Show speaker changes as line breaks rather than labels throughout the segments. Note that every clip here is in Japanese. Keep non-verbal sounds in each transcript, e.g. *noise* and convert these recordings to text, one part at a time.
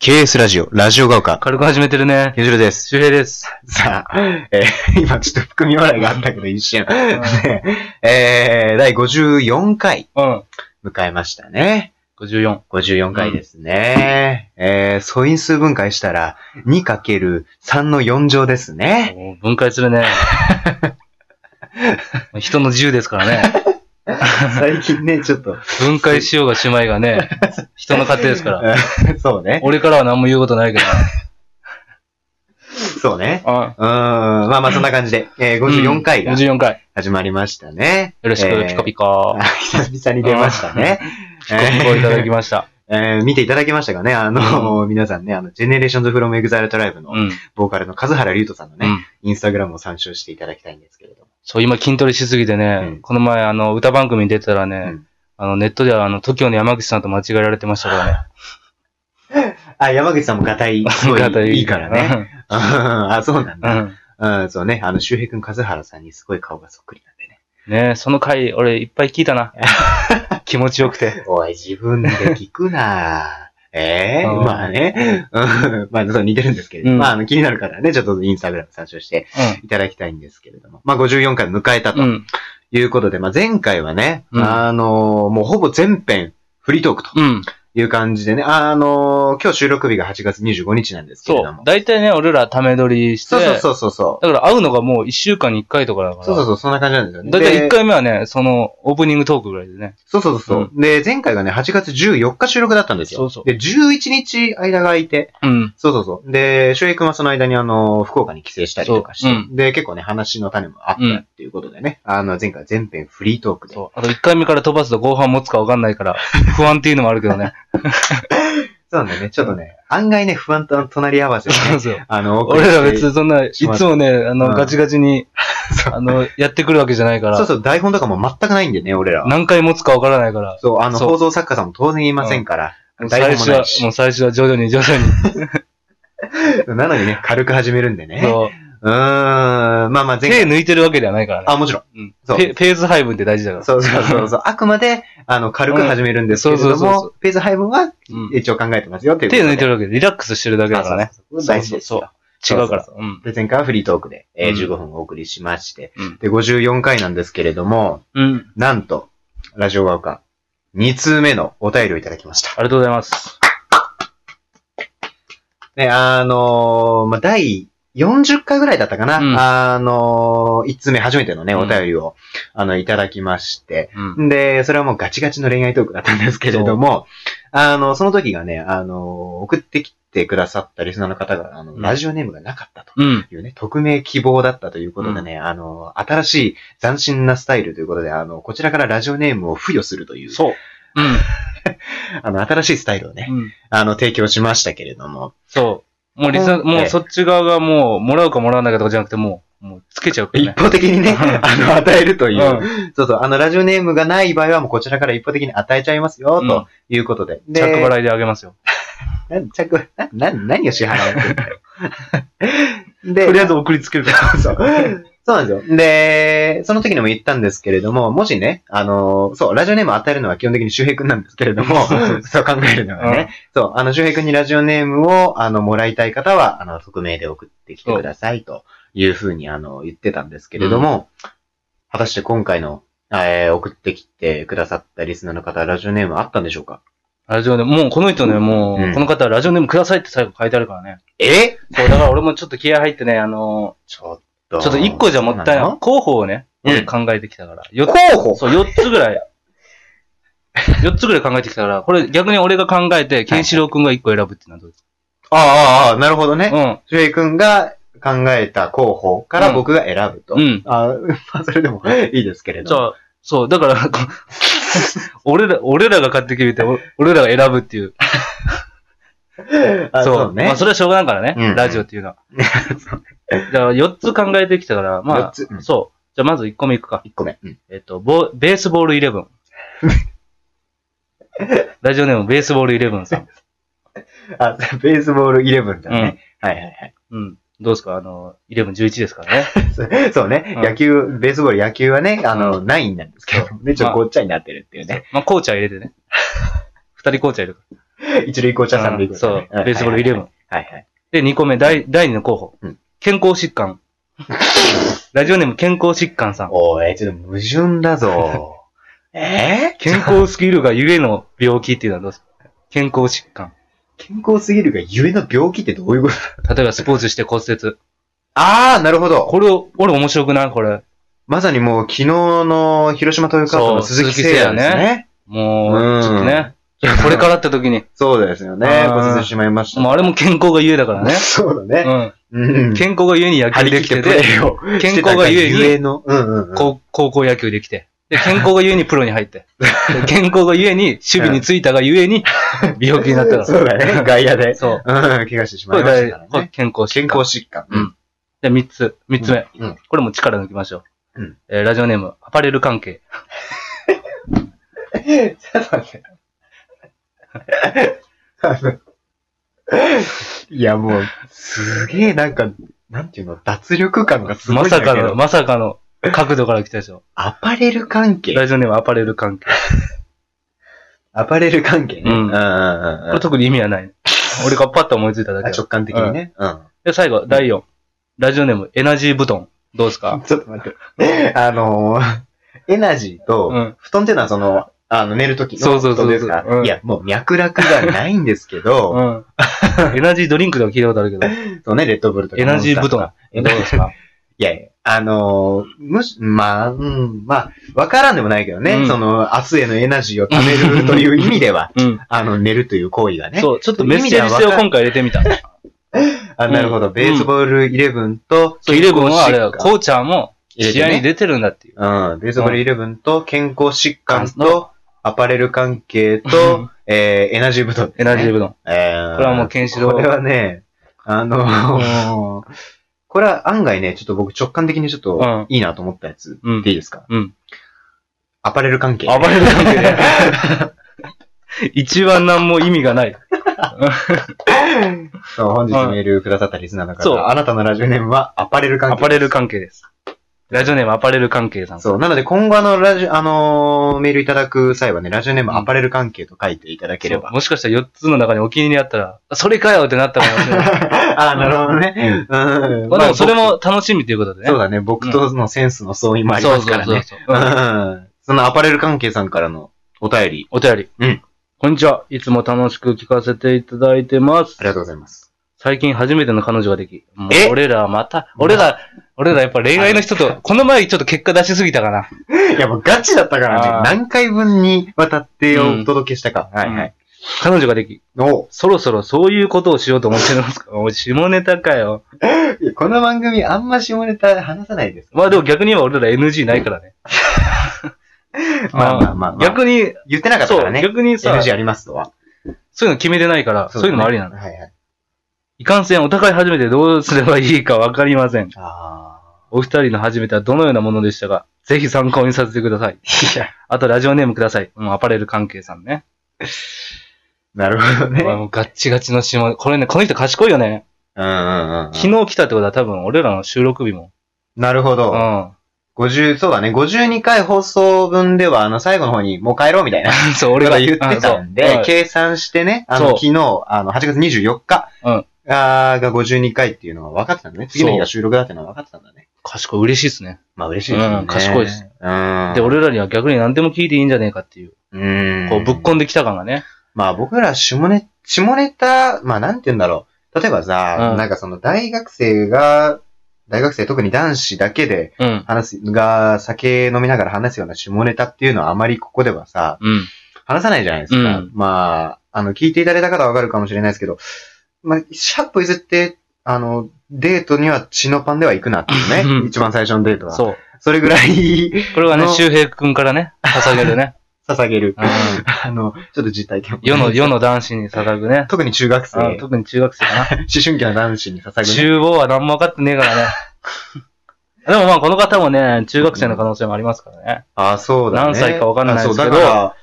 KS ラジオ、ラジオが丘、
軽く始めてるね。
ゆじるです。
周平です。
さあ、えー今ちょっと含み笑いがあったけど一瞬。ねえー、第54回
うん。
迎えましたね。
54。
54回ですね。えー、素因数分解したら 2×3 の4乗ですね。
もう分解す
*laughs*
るね。人の自由ですからね。
最近ね、ちょっと。
分解しようがしまい
*laughs*
がね。人の勝手ですから。
そうね。
俺からは何も言うことないけど。
そうね。
あ
うーん、まあまあそんな感じで、えー、54回が
54回。
始まりましたね。
よろしく、
えー
ピカピカ。
久々に出ましたね。
ピカピカをいただき
*laughs*
ました。
えー見ていただきましたかねあの、皆さんね、あの、ジェネレーションズフロムエグザイルトライブの
うん。
ボーカルの数原龍斗さんのね、
うん
インスタグラムを参照していただきたいんですけれども。
そう、今筋トレしすぎて
う
ね
ん、
この前、あの、歌番組に出てたらね
うん、
あの、ネットでは、あの、TOKIO の山口さんと間違えられてましたからね。
あ、山口さん *laughs* もガタイ、すご
方が
いいいからね。。うん *laughs* あ、そうなん
*laughs* う
だ。
ん。
うん、そうね。あの、周平くん、数原さんにすごい顔がそっくりなんでね。
ねその回、俺いっぱい聞い
*laughs*
たな。気持ちよくて。
おい、自分で聞くな *laughs* ええ
うん
まあね。うんまあ、そう似てるんですけれど、
うん
まあ、あの、気になる方はね、ちょっとインスタグラム参照していただきたいんですけれども。まあ、54回迎えたと。
うん。うん。
いうことで、まあ、前回はね、
うん
あのーもうほぼ全編フリートークと
うん。
いう感じでね、あのー今日収録日が8月25日なんですけれ
そ
ど
う
も。。
大体ね、俺らため撮りして。
そうそうそうそうそう。
だから会うのがもう一週間に一回とかだから。
そうそうそう、そんな感じなんですよね。
大体
で
一回目はね、その、オープニングトークぐらいでね。
そうそうそう。で、前回がね、8月14日収録だったんですよ。
そうそう
で、11日間が空いて、
うん。
そうそうそう。で、周平君はその間にあのー、福岡に帰省したりとかして、
そう
で、結構ね、話の種もあったっていうことでね、あの、前回は全編フリートークで。
そう。あと一回目から飛ばすと後半持つか分かんな
*laughs*
いから、不安っていうのもあるけどね。
そうなんだよね、ちょっとね、案外ね、不安と隣り合わせでね、
*laughs* そうそう。
あの、 *laughs* お送り
俺
して
ら別にそんな、いつもね、あ
うん
の、ガチガチに、あの、やってくるわけじゃないか
そう
ら、
そう、台本とかも全くないんでね、俺らは。
何回持つか分からないから、
そう、あの、
そう
放送作家さんも当然いませんから。台本
最初
もな、
はい
し
もう最初は徐々に徐々に、
なのにね、軽く始めるんで *laughs* ね。
そう
うーん、まあまあ前
手
回。
抜いてるわけではないからね。
あ、もちろん。
うん
そう
ペペース配分って大事だから。
そうそうそうそう。あくまで、あの、軽く始めるんですけれ
う
ど
んそうそうそうそ
も、ペース配分は
うん
一応考えてますよっていうこと
手
で。
抜いてるわけで、リラックスしてるだけだからね。
そうそうそう。大事ですよ。そ
違
うそう
う
そ
か
う
ら。うん。
で、前回はフリートークで、えー
うん
15分お送りしまして
うん。
で、54回なんですけれども、
うん。
なんと、ラジオが丘、2通目のお便りをいただきました
あ。りがとうございます。
ね、あのーまあ、第40回ぐらいだったかな。
うん
あのー、1通目初めてのね、
うん
お便りを、あの、いただきまして。
うん。
で、それはもうガチガチの恋愛トークだったんですけれども、あの、その時がね、あのー送ってきてくださったリスナーの方が、あの、
うん
ラジオネームがなかったと。
うん。
いうね、匿名希望だったということでね、あのー、新しい斬新なスタイルということで、あの、こちらからラジオネームを付与するという、
そう。
あの、新しいスタイルをね、
うん。
あの、提供しましたけれども、
そう。もうリスナー、
え
も
え
うそっち側がもう、もらうかもらわないかとかじゃなくて、もう、もう、つけちゃうから
一
ね。
方的にね、あの、与えるという、
う
そうそう、あの、ラジオネームがない場合は、もうこちらから一方的に与えちゃいますよ、
うん
ということで。
ん。
で
着払いであげますよ。
なん着、な、な、何を支払うの *laughs* で、
とりあえず送りつけるから。
*laughs*
*laughs*
そう。そうなんですよ。で、その時にも言ったんですけれども、もしね、あの、そう、ラジオネームを与えるのは基本的に周平くんなんですけれ
*laughs*
ども、そう考えるのはね、そう、あの、周平くんにラジオネームを、あの、もらいたい方は、あの、匿名で送ってきてください、というふうに、あの、言ってたんですけれども、果たして今回の、えー送ってきてくださったリスナーの方、ラジオネームあったんでしょうか
ラジオネーム、もうこの人ね、も
うん
う、この方はラジオネームくださいって最後書いてあるからね。
え
そう、だから俺もちょっと気合入ってね、あの
ちょっ
ー、
と。
ちょっと一個じゃもったいない。候補をね、
うん
俺考えてきたから。四つ
候補
そう、4つ
*laughs*
ぐらい。4つぐらい考えてきたから、これ逆に俺が考えて、ケンシロウ君が1個選ぶっていうのはどうです
ああ、ああ、なるほどね。
か
周平くんが考えた候補から
うん
僕が選ぶと。
うん。うん。
あ *laughs* ーまあ、それでもいいですけれ
じ
ども。
ゃあ、そう、だから、 *laughs* こ俺ら、俺らが買ってきて、お俺らが選ぶっていう。
あそうね。
まあ、それはしょうがないからね、
うん
ラジオっ
*laughs*
ていうのは。じゃあ、4つ考えてきたから、
4
ま
つ。
あ、そう。じゃあ、まず1個目いくか。
1個目。うん
えっと、ボーベースボールイレブン。
*laughs*
ラジオネーム、ベースボールイレブンさん。
あ、ベースボールイレブンだね。はいはい
うん。どうですかあの、イレブン11ですからね。
はい。 *laughs* そうね。
うん
野球、ベースボール野球はね、あの、ナインなんですけど、ね、ちょっと
ま
ごっちゃになってるっていうね。
*laughs* まあ、紅茶入れてね。二人紅茶入れるか
一塁紅茶さんでいく、
そう、ベースボールイレブン。
はいはい。
で、2個目、第第2の候補
うん。
健康疾
*laughs*
患。ラジオネーム健康疾患さん。
おい、ちょっと矛盾だ
*laughs*
ぞ。えー、
健康スキルがゆえの病気っていうのはどうですか健康疾患。
健康すぎるがゆえの病気ってどういうこと
例えばスポーツして骨折。
ああ、なるほど。
これ、俺面白くないこれ。
まさにもう昨日の広島トヨカープの鈴木誠也ですね。う
も
ん
う、ちょっとね。これからって時に、
そうですよね
う。ん
骨折してしまいました。
もうあれも健康がゆえだからね。
*laughs* そうだね。
うん。
うん。
健康がゆえに野
張
球
り
で
切
き
って
て
プレ
て、
ーを
健康がゆえに
ゆえの。うんうんうん。
高高校野球できて。で、健康がゆえにプロに
*laughs*
入って。で健康がゆえに、守備についたがゆえに、病気になったか
そうだね。 *laughs* 外野で
ら。。そ
うん、
う。
怪我してし
こ
まい
れ
まし
大
たから
これ
ね。
健康疾
健
患。
康疾患。
うんで、三つ、三つ目。
うん。
これも力抜きましょう。
うん
えーラジオネーム、アパレル関係。
ちょっと待って。あのいや、もう、すげえ、なんか、なんていうの、脱力感がすごい
ま
んだ
さ
けど。
かの、まさかの角度から来たでしょ。
アパレル関係
ラジオネーム、アパレル関係。
アパレル関係ね。
うん
うんうんうん
こ
う
れ
ん
特に意味はない。俺がパッと思いついただけだ
直感的にね。うん。
で、最後、第4。ラジオネーム、エナジー布団。どうですか
ちょっと待って。 *laughs* あのー、エナジーと、
うん。
布団っていうのはその、あの、寝る時
そ
の
うそ
布
うそうそう
団ですか
うん
いや、もう脈絡がないんですけど、 *laughs*
うん。エナジードリンクとか聞いたことあるけど。
そうね、レッドブルとか。
エナジー布
モンス
団。
ター
どう
とか。
ですか
いやいや、あのー、むし、まあ、うん、まあ、わからんでもないけどね、
うん
その、明日へのエナジーを貯めるという意味では、
うん。
あの、寝るという行為がね。
そう、ちょっとメッセージ性を今回入れて *laughs* みた。
あなるほど、ベースボールイレブンと、
そう、イレブンはあれだよ、
健康疾患
コーチャーも
入れて
試
ね
合に出てるんだっていう。
うん。ベースボールイレブンと健康疾患
う
と、アパレル関係
う
と
ん、
えー、エナジー部と。
エナジー布団。
えー、
これはもうケンシロウ
これはね、あのー、これは案外ね、ちょっと僕直感的にちょっ
う
と
ん
いいなと思ったやつ。
うん
でいいですか
うん。
アパレル関係。
暴れる関係 *laughs* で。一番何も意味がない。
そう本日メールくださったリスナーの
そう
方、あなたのラジオネームはアパレル関係。
アパレル関係です。ラジオネームアパレル関係さん。
そう。なので、今後あの、ラジオ、あのーメールいただく際はね、ラジオネーム
うん
アパレル関係と書いていただければ。
もしかしたら4つの中にお気に入りあったら、それかよってな *laughs* ったかもしれない。
*laughs* ああ、なるほどね。うん。
まあでもそれも楽しみということでね。
そうだね。僕とのセンスの相違もありますからね。
そうそう
う
そうそううん
んそのアパレル関係さんからのお便り、
お便り。
うん
こんにちは。いつも楽しく聞かせていただいてます
あり。がとうございます。
最近初めての彼女ができ。もう
え
俺らまた、俺ら、俺らやっぱ恋愛の人と、この前ちょっと結果出しすぎたかな。
いや、もうガチだったから
あ
ね
ー。
何回分にわたってお届けしたか。はい
ん
はい。
彼女ができ。
お
そろそろそういうことをしようと思ってるんですかおい下ネタかよ。
いやこの番組あんま下ネタ話さないです。
まあでも逆には俺ら NG ないからね。
*laughs* まあまあまあまあ
逆に、
言ってなかったか
そ
ら
う、
ね。
逆にさ、
NG ありますとは。
そういうの決めてないから、そういうのもありなの。
はいはい。
いかんせん、お互い初めてどうすればいいかわかりません。
あ
お二人の初めてはどのようなものでしたかぜひ参考にさせてください。
ーいや、
あと、ラジオネームください。もうアパレル関係さんね。
なるほどね。
俺もうガッチガチの下、これね、この人賢いよね。
うんうんうん。
昨日来たってことは多分、俺らの収録日も。
なるほ
う
ど。
ん。 *laughs*
50、そうだね。52回放送分では、あの、最後の方に、もう帰ろうみたいな。
そう、
こ
俺
れ
が
が言ってたんで、計算してね、あの、
そう
昨日、あの、8月24日
うん
あーが52回っていうのが分かってたんだね。次の日が収録だってのは分かってたんだね。
賢い、嬉しいっすね。
まあ嬉しいですよ
う
ね。
ん賢いです。
うん。
で、、俺らには逆に何でも聞いていいんじゃねえかっていう、
うん。
こう、ぶっこんできた感がね。
まあ僕ら下ネ、下ネタ、まあなんて言うんだろう。例えばさ、
うん
なんかその大学生が、大学生特に男子だけで
うん。
話す、が酒飲みながら話すような下ネタっていうのはあまりここではさ、
うん。
話さないじゃないですか。
うん
まあ、あの、聞いていただいた方はわかるかもしれないですけど、まあ、シャップ譲って、あの、デートには血のパンでは行くなっていう
うん
ね。一番最初のデートは。
そう。
それぐらい *laughs*
これはね
あの、
周平くんからね、捧げる *laughs* ね。
捧げる。
うん
*laughs* あの、ちょっと実体験を
世の、世の男子に捧ぐね。
特に中学生、
あ
思
特に中学生かな。
春期の男子に捧ぐね。
厨房は何も分かってねえからね。 *laughs* でもまあこの方もね、中学生の可能性もありますからね。
あ、そうだね。
何歳かわかんないですけ
あそ
ど
うだから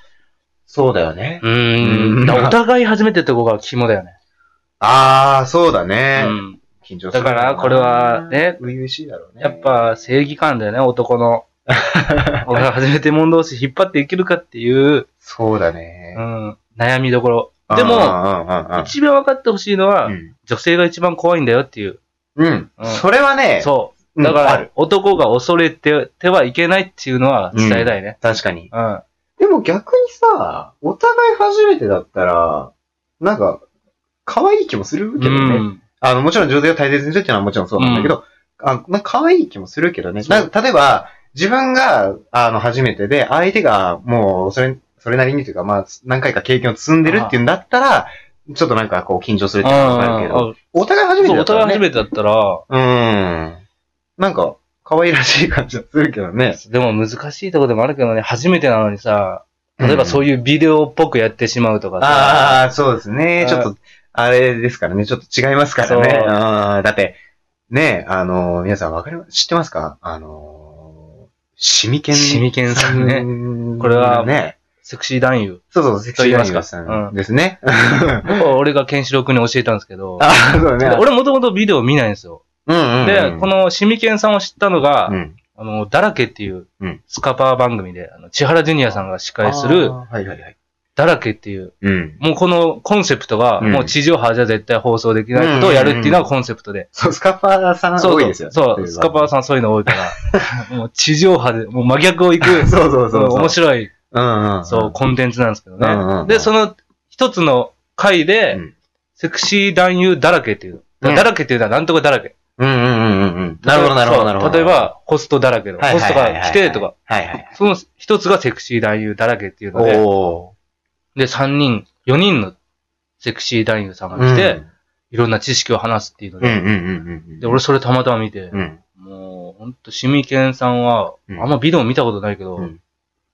そうだよね。
う
うん
だからお互い初めてって子が肝だよね。
ああ、そうだ
う
ね。
ん。
緊張する。
だからこれはね
初々しいだろうね。
やっ、ぱ正義感だよね、
*laughs*
男の。俺は初めて者同士引っ張っていけるかっていう、
そうだ
う
ね。
ん、悩みどころ。でも
も
一番分かってほしいのは、
うん。
女性が一番怖いんだよっていう。
うん。それはね、
そうう。
ん
だか
ある
ら、男が恐れててはいけないっていうのは伝えたいね。
確かに。
うん。
でも逆にさ、お互い初めてだったら、なんか、可愛い気もするけどね。
うん
あの、もちろん女性を大切にするっていうのはもちろんそうなんだけど、あなんか可愛い気もするけどね。
そう
な例えば、自分が、あの、初めてで、相手がもう、それ、それなりにというか、まあ、何回か経験を積んでるっていうんだったら、ちょっとなんかこう、緊張するっていうのがあるけど、
あ
お互い初めて
そう、
だ
お
った
互
ら、ね。
い初めてだったら、
うん。なんか、可愛らしい感じはするけどね。
でも難しいとこでもあるけどね、初めてなのにさ、例えばそう
い
いうビデオっぽくやってしまうとか
うん。
さ、
ああ、そうですね。
あ
ち
ー
ょっと、あれですからね。ちょっと違いますからね。
そう
あーだって、ね、あのー、皆さんわかりま、知ってますかあのー、シミケン。
シミケンさんね
ね
これは
ね。
セクシー男優。
そうそう、セクシーダイバーさ
うん
んですね。
僕は俺がケンシロウ君に教えたんですけど、
ああ、そうね。
で、俺もともとビデオ見ないんですよ。
うんうん、
で、こ、のシミケンさんを知ったのが、
うん。
あの、だらけっていう
うん、
スカパー番組で、あの千原ジュニアさんが司会す
あ
る、
ーはいはいはい。
だらけっていう、
うん。
もうこのコンセプトが、
うん
もう地上波じゃ絶対放送できないことをやるっていうのがコンセプトで。
そう、スカパーさん
そう
多いですよね。
そうそう、スカパー
ん。
さんそういうの多
*laughs*
いから、もう地上波で、もう真逆を行く、
そうそうそうそう。
面白い、
うんうん。
そう、コンテンツなんですけど
うんうんう
ね。
ん
で、その一つの回で
うん、
セクシー男優だらけっていう。
う
だ
ん
らけっていうのはなんとかだらけ。
うんうんうんうん。なるほど、なるほど、なるほど。
そう例え、ば、ホストだらけの、ホストが来てとか、。
はいはい。
その一つがセクシー男優だらけっていうので、
お
で、三人、四人のセクシー男優さん
お
が来て、、いろんな知識を話すっていうの
うんうん
で、
うんうん。
で、俺、それたまたま見て
う、ん。
もう、ほんと、シミケンさんは、
うん
あんまビデオ見たことないけど、
うん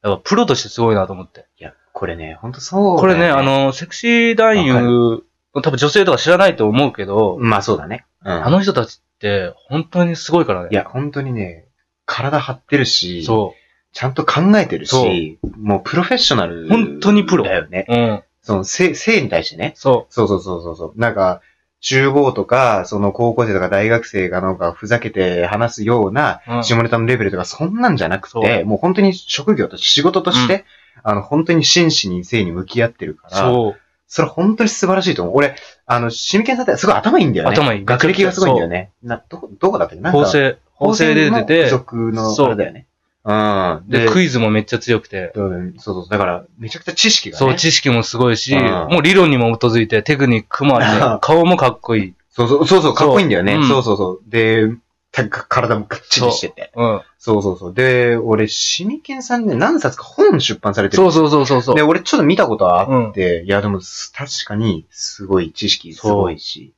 やっぱプロとしてすごいなと思って。
いや、これね、ほんとそう。
これね、あ、の、セクシー男
わか
優、多分女性とか知らないと思うけど、
まあそうだね。うん。
あの人たちって、本当にすごいからね。
いや、ほんとにね、体張ってるし、
そ
ちゃんと考えてる
そう
し、もうプロフェッショナル。
本当にプロ
だよね。
う。うん。
その、性、性に対してね。
そ
そうそうそうそうそう。なんか、中高とか、その高校生とか大学生がなんかふざけて話すような、
う。うん、
下ネタのレベルとかそんなんじゃなく
そ
て、もう本当に職業として仕事として、あの、本当に真摯に性に向き合ってるから、
そう。
それ本当に素晴らしいと思う。俺、あの、シミケンさんってすごい頭いいんだよね。
頭いい
学歴がすごいんだよね。な、どこ、どこだったっけなんか、
法制、法制で出て
法
て、
政の付属の、あ
そう
れだよね。うん。
で、ク
イ
イズもめっちゃ強くて、
そうそう。だから、めちゃくちゃ知識がね。
そう、知識もすごいし、
うん
もう理論にも基づいて、テクニックもあっ
う
て
ん、
*laughs* 顔もかっこいい。
そうそう、そうそう、かっこいいんだよね。
そううん
そうそうそう。で、た体もがっちりしてて。
うん。
そうそうそう。で、俺、シミケンさんね、何冊か本出版されてる
そうそうそうそうそう。
で、俺ちょっと見たことはあ
うん
っ。て、いや、でもす、確かに、すごい知識、すごいし、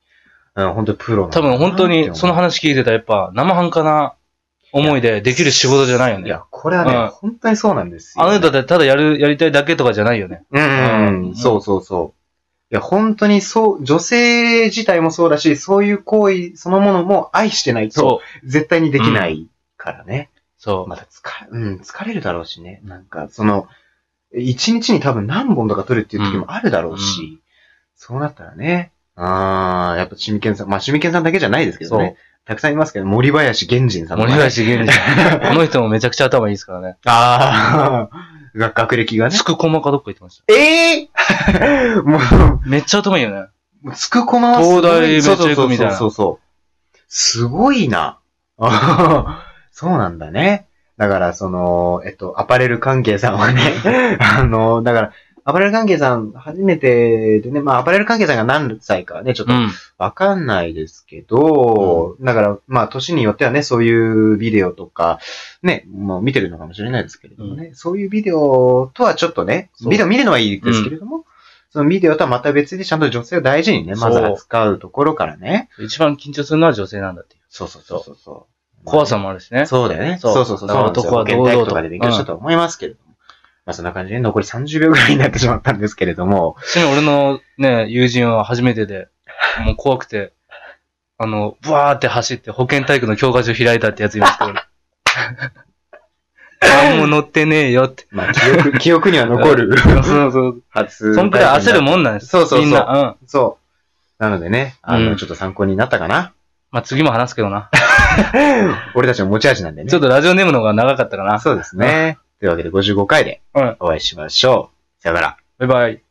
うん、本当にプロなんだ
多
な
分本当にその話聞いてたらやっぱ生半可な思いでできる仕事じゃないよ
い
ね。
や、これはね、
うん
本当にそうなんですよ。
あの人だってただやる、やりたいだけとかじゃないよね。
うん、
うん
そうそうそう。いや、本当にそう、女性自体もそうだし、そういう行為そのものも愛してないと、
そう。
絶対にできないからね。
そう。
また疲れ、うん、疲れるだろうしね。なんか、その、一日に多分何本とか取るっていう時もあるだろうし、
う
そうなったらね、あー、やっぱシミケンさん、まあシミケンさんだけじゃないですけどね。たくさんいますけど、森林源人さんとか
森
ね、
林源 *laughs* 氏。この人もめちゃくちゃ頭いいですからね。
あー、が *laughs* 学歴がね
つ。くこまかどっか行ってました。
えー、もう、
めっちゃ頭いいよね。
もうつくこまはすごい
東大めっちゃ行くみたいな
そうそうそうそう。すごいな。 *laughs* あーそうなんだね。だから、その、えっと、アパレル関係さんはね、 *laughs* あの、だから、アパレル関係さん、初めてでね、まあ、アパレル関係さんが何歳かはね、ちょっ
う
と
ん。
わかんないですけど、だから、まあ、年によってはね、そういうビデオとか、ね、もう見てるのかもしれないですけれどもね、そういうビデオとはちょっとね、
そう
ビデオ見るのはいいですけれども、そのビデオとはまた別でちゃんと女性を大事にね、まず
そう
扱うところからね。
一番緊張するのは女性なんだっていう。
そうそうそうそうそう。
怖さ
も、
もあるしね。
そうだよね。
そ
そううそうそうそう。
だから男は堂々と
現代とかで勉強したと思いますけれども。まあそんな感じで残り30秒ぐらいになってしまったんですけれども。
ちなみに俺のね、友人は初めてで、もう怖くて、あの、ブワーって走って保健体育の教科書開いたってやついま
*laughs*
すけど。何も乗ってねえよって。
まあ記
*laughs*
憶、記憶には残 *laughs* る
そうそう。
初。
そんくらい焦るもんなんです。
そうそうそう
みんな。うん。
そう。なのでね、あ
う
の、
ん
ちょっと参考になったか
*laughs*
な。
まあ、次も話すけどな。
俺たちの持ち味なんでね。
ちょっとラジオネームの方が長かったかな。
そうですね。というわけで55回で
うん
お会いしましょう。さよなら。
バイバイ。